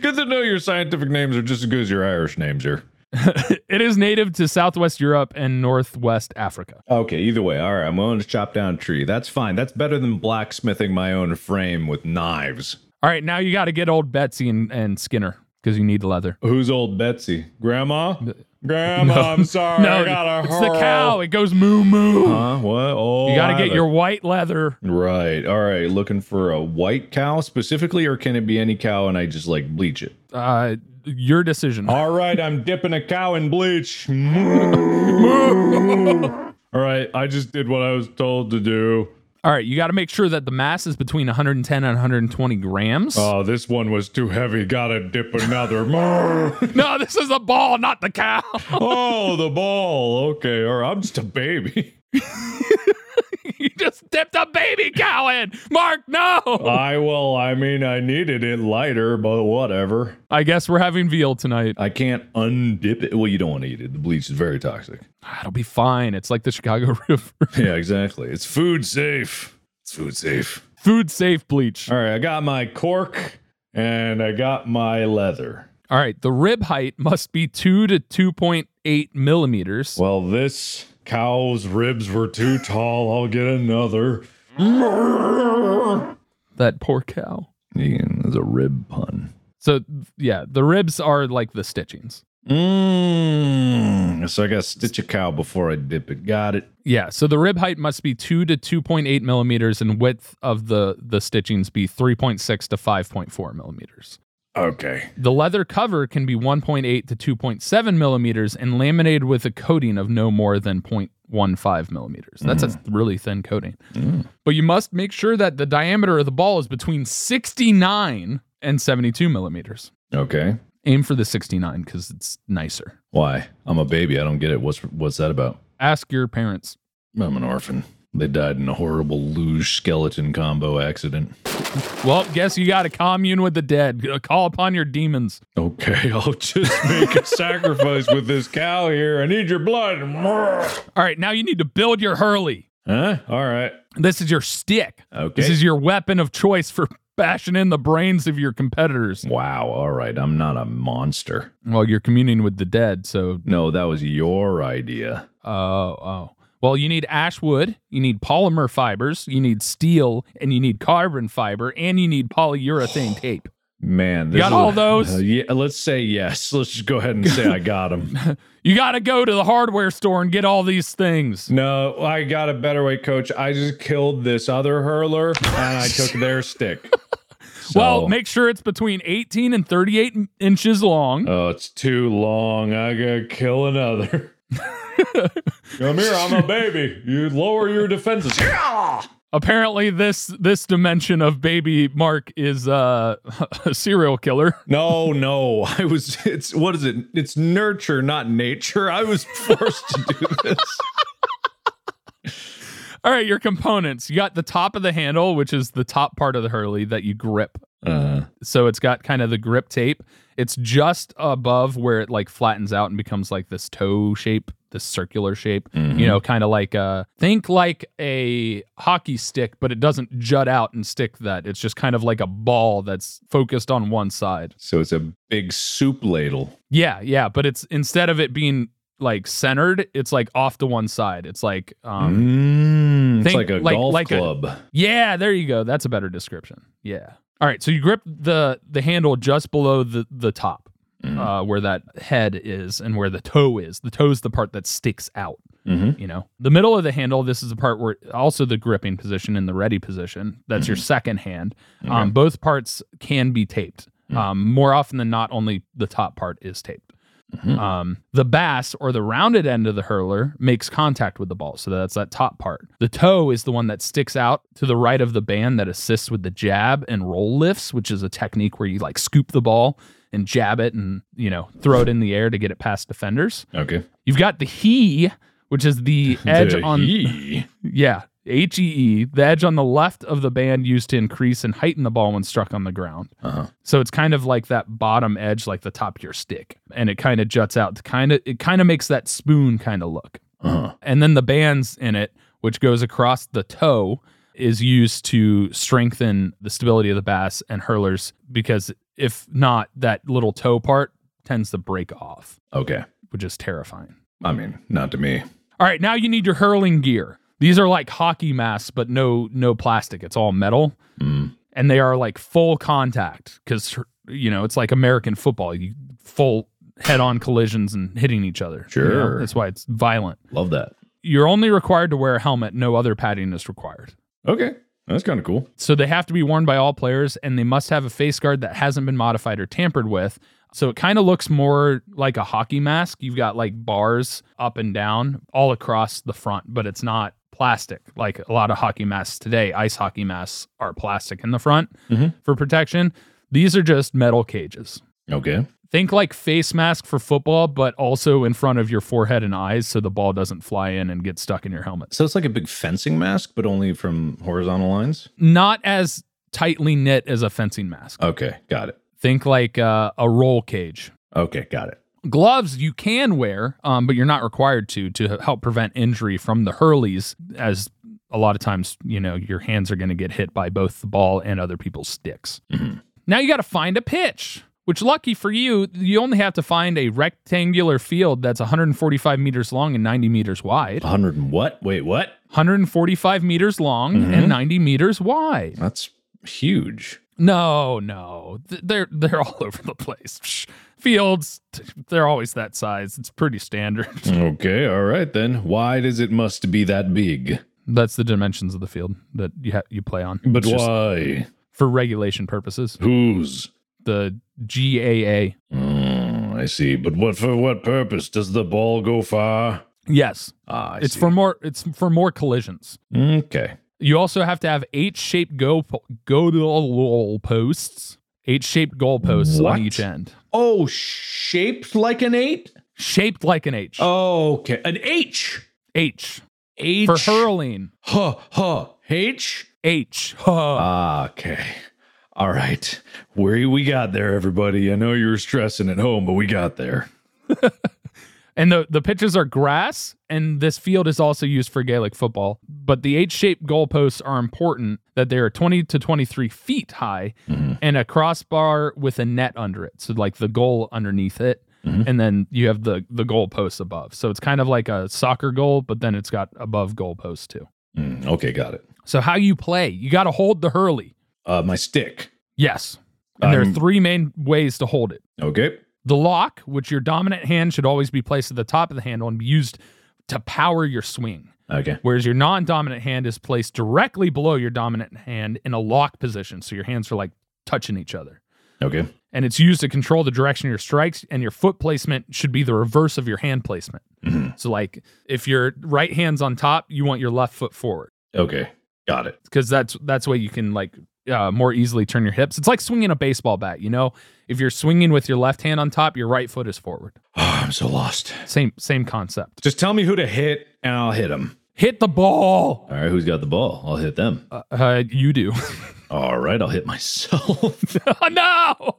good to know your scientific names are just as good as your Irish names are.
it is native to Southwest Europe and Northwest Africa.
Okay, either way, all right. I'm willing to chop down a tree. That's fine. That's better than blacksmithing my own frame with knives.
All right, now you got to get old Betsy and, and Skinner because you need leather.
Who's old Betsy? Grandma? Grandma, Oh, I'm sorry. I gotta
it's
hurl.
the cow. It goes moo moo.
Huh? What? Oh,
you got to
I
get
have a-
your white leather.
Right. All right. Looking for a white cow specifically, or can it be any cow and I just like bleach it?
Uh, your decision.
All right. I'm dipping a cow in bleach. All right. I just did what I was told to do.
All right, you got to make sure that the mass is between 110 and 120 grams.
Oh, this one was too heavy. Gotta dip another.
no, this is the ball, not the cow.
oh, the ball. Okay. All right. I'm just a baby.
you just dipped a baby cow in. Mark, no.
I well, I mean, I needed it lighter, but whatever.
I guess we're having veal tonight.
I can't undip it. Well, you don't want to eat it. The bleach is very toxic.
Ah, It'll be fine. It's like the Chicago River.
Yeah, exactly. It's food safe. It's food safe.
Food safe bleach.
All right, I got my cork and I got my leather.
All right, the rib height must be 2 to 2.8 millimeters.
Well, this cow's ribs were too tall. I'll get another.
That poor cow.
Ian is a rib pun.
So, yeah, the ribs are like the stitchings.
Mm, so I got to stitch a cow before I dip it. Got it.
Yeah, so the rib height must be two to two point eight millimeters, and width of the the stitchings be three point six to five point four millimeters.
Okay.
The leather cover can be one point eight to two point seven millimeters, and laminated with a coating of no more than 0.15 millimeters. That's a really thin coating. But you must make sure that the diameter of the ball is between sixty nine and seventy two millimeters.
Okay.
Aim for the sixty nine because it's nicer.
Why? I'm a baby. I don't get it. What's what's that about?
Ask your parents.
I'm an orphan. They died in a horrible luge skeleton combo accident.
Well, guess you got to commune with the dead. Call upon your demons.
Okay, I'll just make a sacrifice with this cow here. I need your blood.
All right, now you need to build your Hurley.
Huh? All right.
This is your stick.
Okay.
This is your weapon of choice for bashing in the brains of your competitors.
wow. All right. I'm not a monster.
Well, you're communing with the dead, so
No, that was your idea.
uh, oh. Well, you need ash wood, you need polymer fibers, you need steel, and you need carbon fiber, and you need polyurethane tape.
Man,
got all those?
Uh, yeah, let's say yes. Let's just go ahead and say I got him.
You got to go to the hardware store and get all these things.
No, I got a better way, coach. I just killed this other hurler and I took their stick. So-
Well, make sure it's between 18 and 38 inches long.
Oh, it's too long. I gotta kill another. Come here, I'm a baby. You lower your defenses.
apparently this this dimension of baby mark is uh, a serial killer
No, no. I was it's what is it? It's nurture, not nature. I was forced to do this.
all right your components you got the top of the handle which is the top part of the hurley that you grip
Uh,
so it's got kind of the grip tape it's just above where it like flattens out and becomes like this toe shape this circular shape you know kind of like uh think like a hockey stick but it doesn't jut out and stick that it's just kind of like a ball that's focused on one side
so it's a big soup ladle.
Yeah, yeah, but it's instead of it being like centered, it's like off to one side. It's like um
Mm, it's
think
like a
like-
golf
like a-
club.
yeah, there you go. That's a better description. Yeah. All right, so you grip the the handle just below the the top, uh, where that head is and where the toe is. The toe's the part that sticks out. You know, the middle of the handle. This is the part where also the gripping position and the ready position. That's your second hand. Um, both parts can be taped. Um, more often than not, only the top part is taped. Um, the bass or the rounded end of the hurler makes contact with the ball, so that's that top part. The toe is the one that sticks out to the right of the band that assists with the jab and roll lifts, which is a technique where you like scoop the ball and jab it and you know throw it in the air to get it past defenders.
Okay.
You've got the he, which is the edge
The
on
he.
yeah, H E E, the edge on the left of the band used to increase and heighten the ball when struck on the ground.
Uh-huh.
So it's kind of like that bottom edge, like the top of your stick, and it kind of juts out to kind of it kind of makes that spoon kind of look.
Uh-huh.
And then the bands in it, which goes across the toe, is used to strengthen the stability of the bass and hurlers because if not, that little toe part tends to break off,
Okay.
which is terrifying.
I mean, not to me.
All right, now you need your hurling gear. These are like hockey masks, but no no plastic. It's all metal, and they are like full contact because you know it's like American football. You full head on collisions and hitting each other. you know?
Sure.
that's why it's violent.
Love that.
You're only required to wear a helmet. No other padding is required.
Okay. That's kind of cool.
So they have to be worn by all players, and they must have a face guard that hasn't been modified or tampered with. So it kind of looks more like a hockey mask. You've got like bars up and down all across the front, but it's not plastic like a lot of hockey masks today. Ice hockey masks are plastic in the front for protection. These are just metal cages.
Okay.
Think like face mask for football, but also in front of your forehead and eyes so the ball doesn't fly in and get stuck in your helmet.
So it's like a big fencing mask, but only from horizontal lines.
Not as tightly knit as a fencing mask.
Okay. Got it.
Think like uh, a roll cage.
Okay. Got it.
Gloves you can wear, um, but you're not required to to help prevent injury from the hurleys, as a lot of times you know your hands are going to get hit by both the ball and other people's sticks. Now you got to find a pitch. Which, lucky for you, you only have to find a rectangular field that's 145 meters long and 90 meters wide.
100 and what? Wait, what?
145 meters long and 90 meters wide.
That's huge.
No, no, Th- they're they're all over the place. Psh, Fields, t- they're always that size. It's pretty standard.
Okay. All right then. Why does it must be that big?
That's the dimensions of the field that you ha- you play on.
But
It's just
why?
for regulation purposes,
Whose?
the GAA.
Mm, I see. But what for what purpose does the ball go far?
Yes,
Ah, I
it's
see.
for more. It's for more collisions.
Okay.
You also have to have H-shaped go po- goal posts, H-shaped goal posts
What?
on each end,
Oh, shaped like an eight?
shaped like an H.
Oh. okay. An H.
H
H.
for hurling.
Huh, huh. H? Ah,
H. Huh.
Okay. All right. We we got there, everybody. I know you were stressing at home, but we got there.
And the, the pitches are grass, and this field is also used for Gaelic football. But the H shaped goalposts are important that they are 20 to 23 feet high and a crossbar with a net under it. So, like the goal underneath it. And then you have the, the goalposts above. So, it's kind of like a soccer goal, but then it's got above goalposts too.
Mm, okay, got it.
So, how you play, you got to hold the hurley.
Uh, my stick.
Yes. And there are
I'm-
three main ways to hold it.
Okay.
The lock, which your dominant hand should always be placed at the top of the handle and be used to power your swing,
Okay.
whereas your non dominant hand is placed directly below your dominant hand in a lock position. So your hands are like touching each other.
Okay.
And it's used to control the direction of your strikes, and your foot placement should be the reverse of your hand placement.
Mm-hmm.
So, like if your right hand's on top, you want your left foot forward
Okay. Got it.
because that's that's way you can like uh, more easily turn your hips. It's like swinging a baseball bat. You know, if you're swinging with your left hand on top, your right foot is forward.
Ah, I'm so lost.
Same same concept.
Just tell me who to hit, and I'll hit them.
Hit the ball.
All right. Who's got the ball? I'll hit them.
Uh, you do.
All right. I'll hit myself.
oh, no.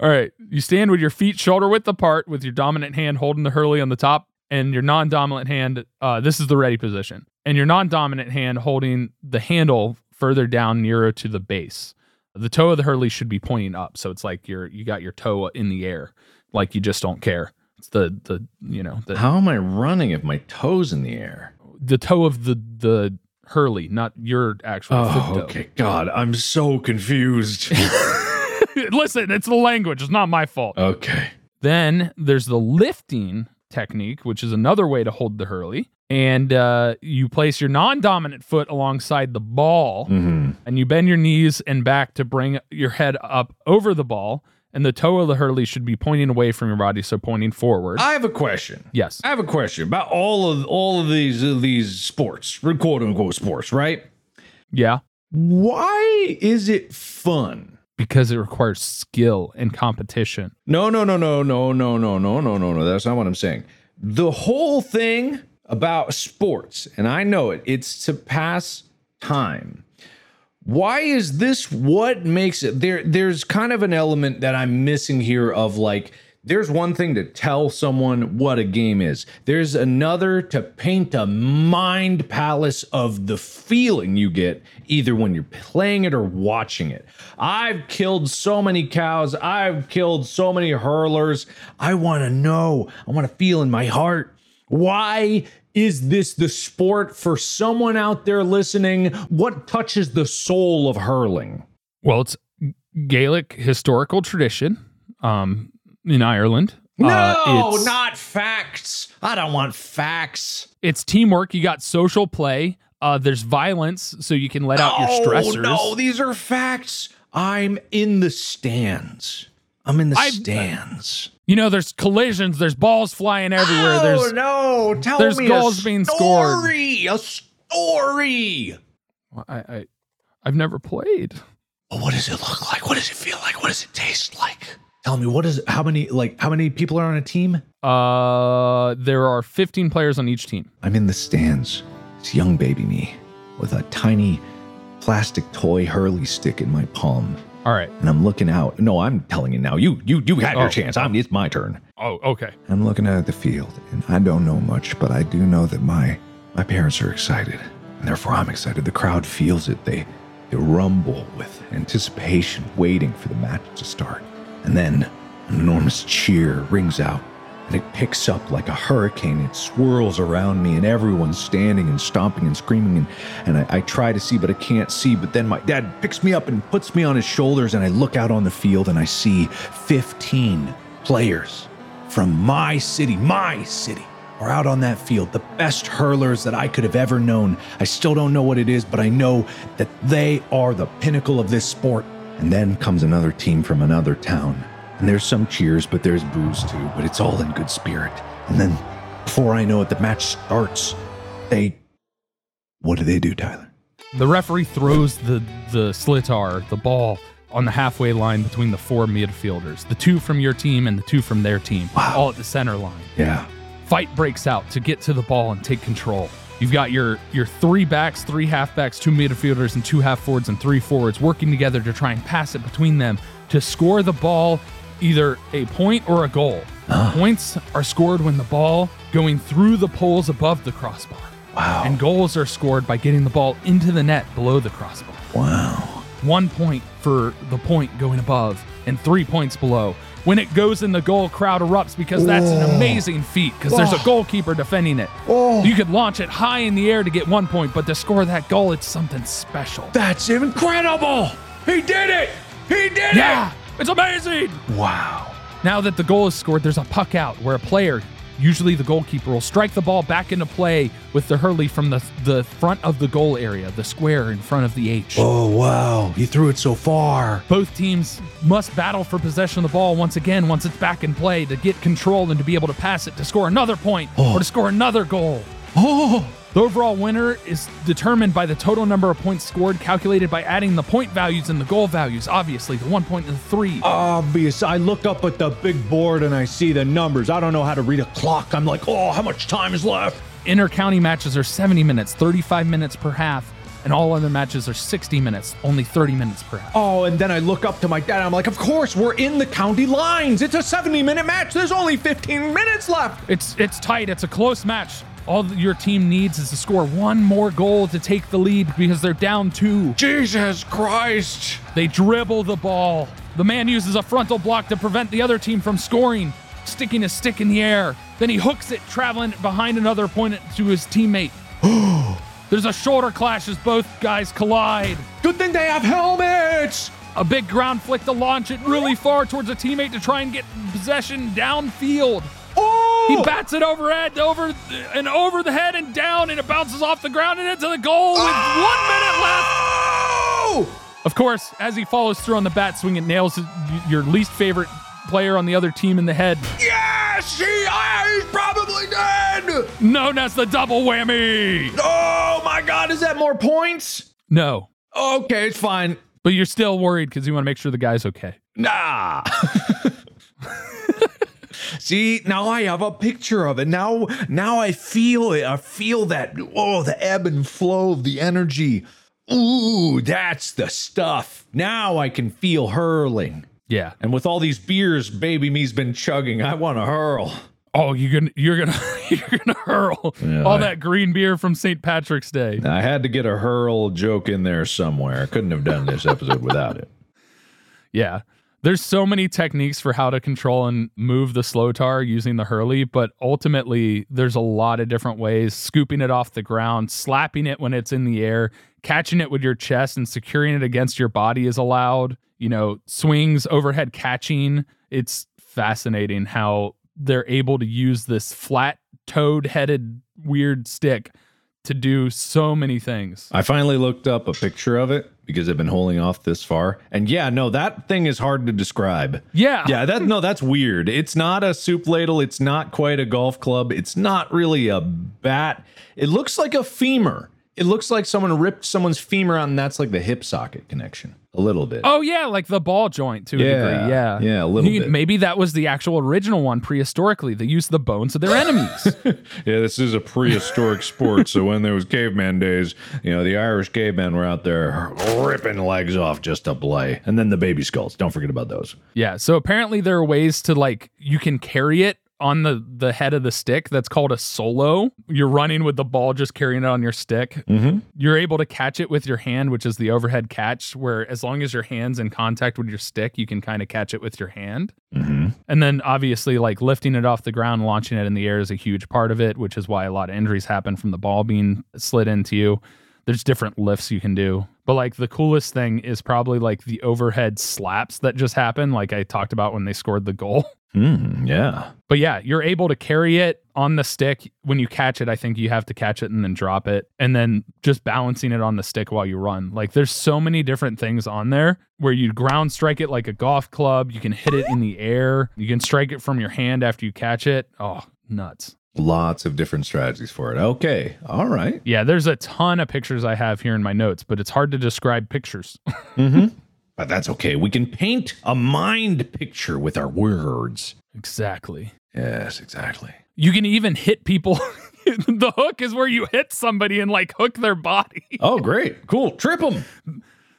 All right. You stand with your feet shoulder width apart, with your dominant hand holding the hurley on the top, and your non-dominant hand. Uh, this is the ready position, and your non-dominant hand holding the handle further down, nearer to the base. The toe of the hurley should be pointing up, so it's like you're you got your toe in the air, like you just don't care. It's the the you know the
How am I running if my toes in the air?
the toe of the the Hurley, not your actual.
Oh,
Thipto.
okay. God, I'm so confused.
Listen, it's the language. It's not my fault.
okay.
Then there's the lifting technique, which is another way to hold the Hurley. And uh, you place your non dominant foot alongside the ball
Mm-hmm.
and you bend your knees and back to bring your head up over the ball. And the toe of the Hurley should be pointing away from your body, so pointing forward.
I have a question.
yes.
I have a question about all of all of these of these sports, quote unquote sports, right?
yeah.
Why is it fun?
Because it requires skill and competition.
No, no, no, no, no, no, no, no, no, no, no. That's not what I'm saying. The whole thing about sports, and I know it, it's to pass time. Why is this what makes it there? There's kind of an element that I'm missing here of like, there's one thing to tell someone what a game is. There's another to paint a mind palace of the feeling you get either when you're playing it or watching it. I've killed so many cows. I've killed so many hurlers. I want to know. I want to feel in my heart. Why is this the sport for someone out there listening? What touches the soul of hurling?
Well, it's Gaelic historical tradition um, in Ireland.
No,
Uh, it's-
not facts. I don't want facts.
it's teamwork. You got social play. Uh, there's violence, so you can let out your stressors.
Oh, no, these are facts. I'm in the stands. I'm in the
I've-
stands.
You know, there's collisions. There's balls flying everywhere.
oh
there's
no! Tell
there's
me
goals
a
being scored.
story. A story.
I, I I've never played.
But what does it look like? What does it feel like? What does it taste like? Tell me what is how many like how many people are on a team?
Uh, there are 15 players on each team.
I'm in the stands. It's young baby me with a tiny plastic toy hurley stick in my palm.
All right.
And I'm looking out. No, I'm telling you now. You you you had
Oh.
your chance. I'm it's my turn.
Oh, okay.
I'm looking out at the field, and I don't know much, but I do know that my my parents are excited, and therefore I'm excited. The crowd feels it. They they rumble with anticipation, waiting for the match to start. And then an enormous cheer rings out, and it picks up like a hurricane. It swirls around me, and everyone's standing and stomping and screaming. And, and I, I try to see, but I can't see. But then my dad picks me up and puts me on his shoulders, and I look out on the field, and I see 15 players from my city, my city, are out on that field, the best hurlers that I could have ever known. I still don't know what it is, but I know that they are the pinnacle of this sport. And then comes another team from another town. And there's some cheers, but there's booze too, but it's all in good spirit. And then before I know it, the match starts. They. What do they do, Tyler?
The referee throws the the slitar, the ball, on the halfway line between the four midfielders, the two from your team and the two from their team,
Wow.
all at the center line.
Yeah.
Fight breaks out to get to the ball and take control. You've got your your three backs, three halfbacks, two midfielders, and two half forwards and three forwards working together to try and pass it between them to score the ball either a point or a goal. Points are scored when the ball going through the poles above the crossbar.
Wow.
And goals are scored by getting the ball into the net below the crossbar
wow.
one point for the point going above and three points below. When it goes in the goal, crowd erupts because that's an amazing feat because there's a goalkeeper defending it. You could launch it high in the air to get one point, but to score that goal, it's something special.
That's incredible! He did it! He did
yeah, it's amazing.
it! Wow.
Now that the goal is scored, there's a puck out where a player, usually the goalkeeper, will strike the ball back into play with the hurley from the, the front of the goal area, the square in front of the H.
Oh, wow. He threw it so far.
Both teams must battle for possession of the ball once again once it's back in play to get control and to be able to pass it to score another point or to score another goal.
Oh,
The overall winner is determined by the total number of points scored, calculated by adding the point values and the goal values, obviously, the one point and the three.
obvious. I look up at the big board and I see the numbers. I don't know how to read a clock. I'm like, oh, how much time is left?
Inter county matches are 70 minutes, 35 minutes per half, and all other matches are 60 minutes, only 30 minutes per half.
Oh, and then I look up to my dad. I'm like, of course, we're in the county lines. It's a 70 minute match. There's only 15 minutes left.
It's it's tight. It's a close match. All that your team needs is to score one more goal to take the lead because they're down two.
Jesus Christ.
They dribble the ball. The man uses a frontal block to prevent the other team from scoring, sticking his stick in the air. Then he hooks it, traveling behind another opponent to his teammate. There's a shoulder clash as both guys collide.
Good thing they have helmets.
A big ground flick to launch it really far towards a teammate to try and get possession downfield.
Oh,
He bats it overhead, over and over the head and down, and it bounces off the ground and into the goal with
Ah.
one minute left.
Oh!
Of course, as he follows through on the bat swing, it nails your least favorite player on the other team in the head,
Yes, he, ah, he's probably dead.
known as the double whammy.
Oh my God, is that more points?
No,
Okay, it's fine.
but you're still worried because you want to make sure the guy's okay.
Nah. See, now I have a picture of it. Now now I feel it. I feel that oh, the ebb and flow of the energy. Ooh, that's the stuff. Now I can feel hurling.
Yeah.
And with all these beers baby me's been chugging, I want to hurl.
Oh, you're gonna you're gonna you're gonna hurl all that green beer from St. Patrick's Day.
I had to get a hurl joke in there somewhere. I couldn't have done this episode without it.
Yeah. There's so many techniques for how to control and move the slow tar using the Hurley, but ultimately there's a lot of different ways scooping it off the ground, slapping it when it's in the air, catching it with your chest and securing it against your body is allowed. You know, swings, overhead catching. It's fascinating how they're able to use this flat toad headed weird stick to do so many things.
I finally looked up a picture of it because I've been holding off this far. And yeah, no, that thing is hard to describe.
Yeah.
Yeah, that no, that's weird. It's not a soup ladle, it's not quite a golf club, it's not really a bat. It looks like a femur. It looks like someone ripped someone's femur out and that's like the hip socket connection a little bit.
Oh yeah, like the ball joint to a
Yeah,
degree. Yeah,
yeah, a little bit.
Maybe that was the actual original one prehistorically. They used the bones of their enemies.
Yeah, this is a prehistoric sport, so when there was caveman days, you know, the Irish cavemen were out there ripping legs off just to play. And then the baby skulls, don't forget about those.
yeah. So apparently there are ways to like you can carry it on the the head of the stick. That's called a solo. You're running with the ball, just carrying it on your stick.
Mhm.
You're able to catch it with your hand, which is the overhead catch, where as long as your hand's in contact with your stick, you can kind of catch it with your hand.
Mhm.
And then obviously, like lifting it off the ground, launching it in the air is a huge part of it, which is why a lot of injuries happen from the ball being slid into you. There's different lifts you can do. But like the coolest thing is probably like the overhead slaps that just happen, like I talked about when they scored the goal.
Mm, yeah.
But yeah, you're able to carry it on the stick. When you catch it, I think you have to catch it and then drop it. And then just balancing it on the stick while you run. Like there's so many different things on there where you ground strike it like a golf club. You can hit it in the air. You can strike it from your hand after you catch it. Oh, nuts.
Lots of different strategies for it. Okay. All right.
Yeah, there's a ton of pictures I have here in my notes, but it's hard to describe pictures.
But that's okay. We can paint a mind picture with our words.
exactly.
Yes, exactly.
You can even hit people. the hook is where you hit somebody and like hook their body.
Oh, great. Cool. Trip them.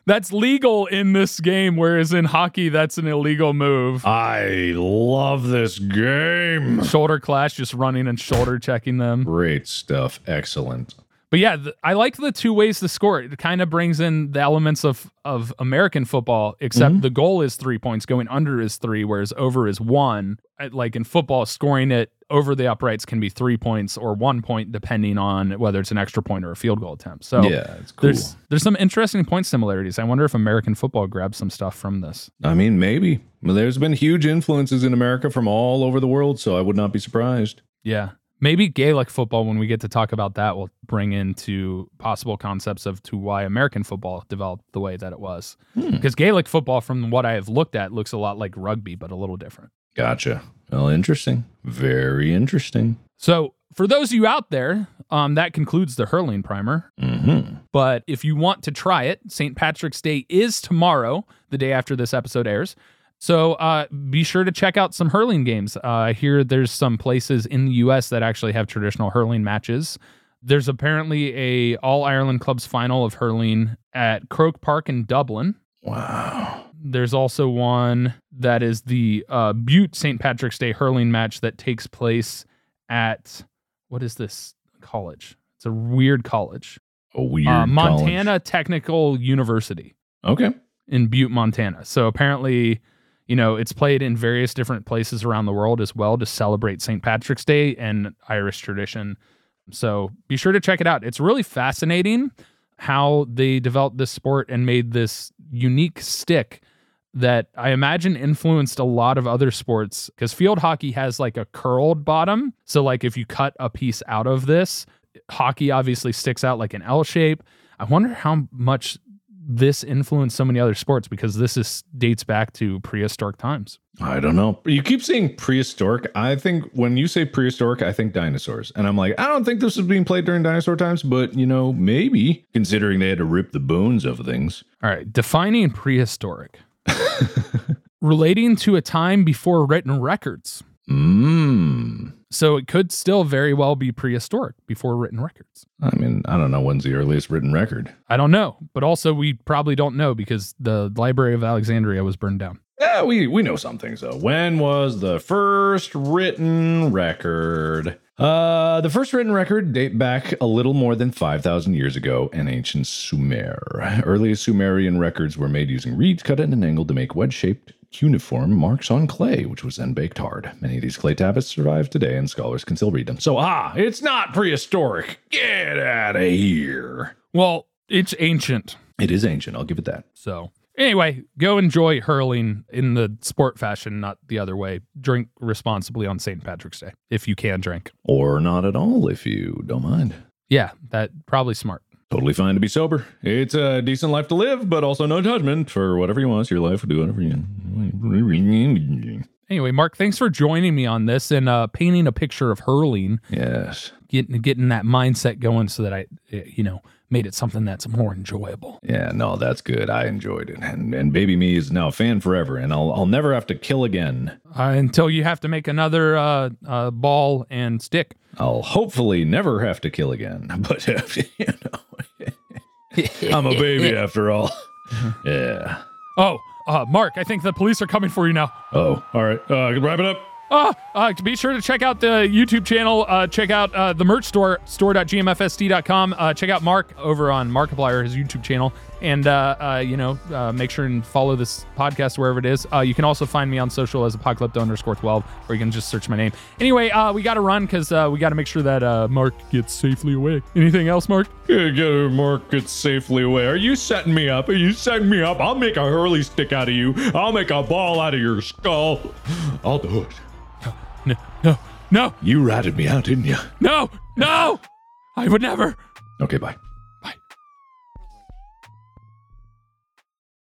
That's legal in this game, whereas in hockey, that's an illegal
Uh,
move.
I love this game.
Shoulder clash, just running and shoulder checking them.
Great stuff. Excellent.
But yeah, th- I like the two ways to score. It kind of brings in the elements of of American football, except the goal is three points, going under is three, whereas over is one. Uh, Like in football, scoring it over the uprights can be three points or one point, depending on whether it's an extra point or a field goal attempt. So
Yeah, it's cool.
there's there's some interesting point similarities. I wonder if American football grabbed some stuff from this.
I mean, maybe. Well, there's been huge influences in America from all over the world, so I would not be surprised.
Yeah. Maybe Gaelic football, when we get to talk about that, will bring into possible concepts of to why American football developed the way that it was. Because Gaelic football, from what I have looked at, looks a lot like rugby, but a little different.
Gotcha. Well, interesting. Very interesting.
So, for those of you out there, um, that concludes the hurling primer.
Mm-hmm.
But if you want to try it, St. Patrick's Day is tomorrow, the day after this episode airs. So uh, be sure to check out some hurling games. Uh, here, there's some places in the U.S. that actually have traditional hurling matches. There's apparently a All Ireland Club's final of hurling at Croke Park in Dublin.
Wow.
There's also one that is the uh, Butte St. Patrick's Day hurling match that takes place at what is this college? It's a weird college.
A weird
Uh,
college.
Montana Technical University
Okay.
in Butte, Montana. So apparently, you know, it's played in various different places around the world as well to celebrate St. Patrick's Day and Irish tradition. So be sure to check it out. It's really fascinating how they developed this sport and made this unique stick that I imagine influenced a lot of other sports because field hockey has like a curled bottom. So, like, if you cut a piece out of this, hockey obviously sticks out like an L shape. I wonder how much this influenced so many other sports because this is dates back to prehistoric times.
I don't know. You keep saying prehistoric. I think when you say prehistoric, I think dinosaurs. And I'm like, I don't think this was being played during dinosaur times, but you know, maybe considering they had to rip the bones of things.
All right, defining prehistoric. Relating to a time before written records.
Mmm.
So it could still very well be prehistoric before written records.
I mean, I don't know when's the earliest written record.
I don't know, but also we probably don't know because the Library of Alexandria was burned down.
Yeah, we we know some things though. When was the first written record? Uh, the first written record date back a little more than 5,000 years ago in ancient Sumer. Earliest Sumerian records were made using reeds cut at an angle to make wedge-shaped cuneiform marks on clay, which was then baked hard. Many of these clay tablets survive today and scholars can still read them. So, ah, it's not prehistoric. Get out of here.
Well, it's ancient.
It is ancient, I'll give it that.
So anyway, go enjoy hurling in the sport fashion, not the other way. Drink responsibly on St. Patrick's Day if you can drink.
Or not at all if you don't mind.
Yeah, that probably smart.
Totally fine to be sober. It's a decent life to live, but also no judgment for whatever you want. It's your life. Do whatever you.
Anyway, Mark, thanks for joining me on this and uh, painting a picture of hurling,
Yes.
getting getting that mindset going so that I, eh, you know, made it something that's more enjoyable.
Yeah. No, that's good. I enjoyed it, and and baby me is now a fan forever, and I'll I'll never have to kill again.
Uh, until you have to make another uh, uh, ball and stick.
I'll hopefully never have to kill again. But you know, I'm a baby after all. Yeah.
Oh, uh, Mark, I think the police are coming for you now.
Oh, all right. Uh, wrap it up.
Uh, uh, be sure to check out the YouTube channel. Uh, check out uh, the merch store, store.gmfsd.com. Uh, check out Mark over on Markiplier, his YouTube channel. And, uh, uh, you know, uh, make sure and follow this podcast wherever it is. Uh, you can also find me on social as apocalypto underscore 12, or you can just search my name. Anyway, uh, we got to run because uh, we got to make sure that uh, Mark gets safely away. Anything else, Mark?
Yeah, Get her market safely away. Are you setting me up? Are you setting me up? I'll make a hurley stick out of you. I'll make a ball out of your skull. I'll do it.
No, no, no,
You ratted me out, didn't you?
no, no! I would never.
Okay, bye.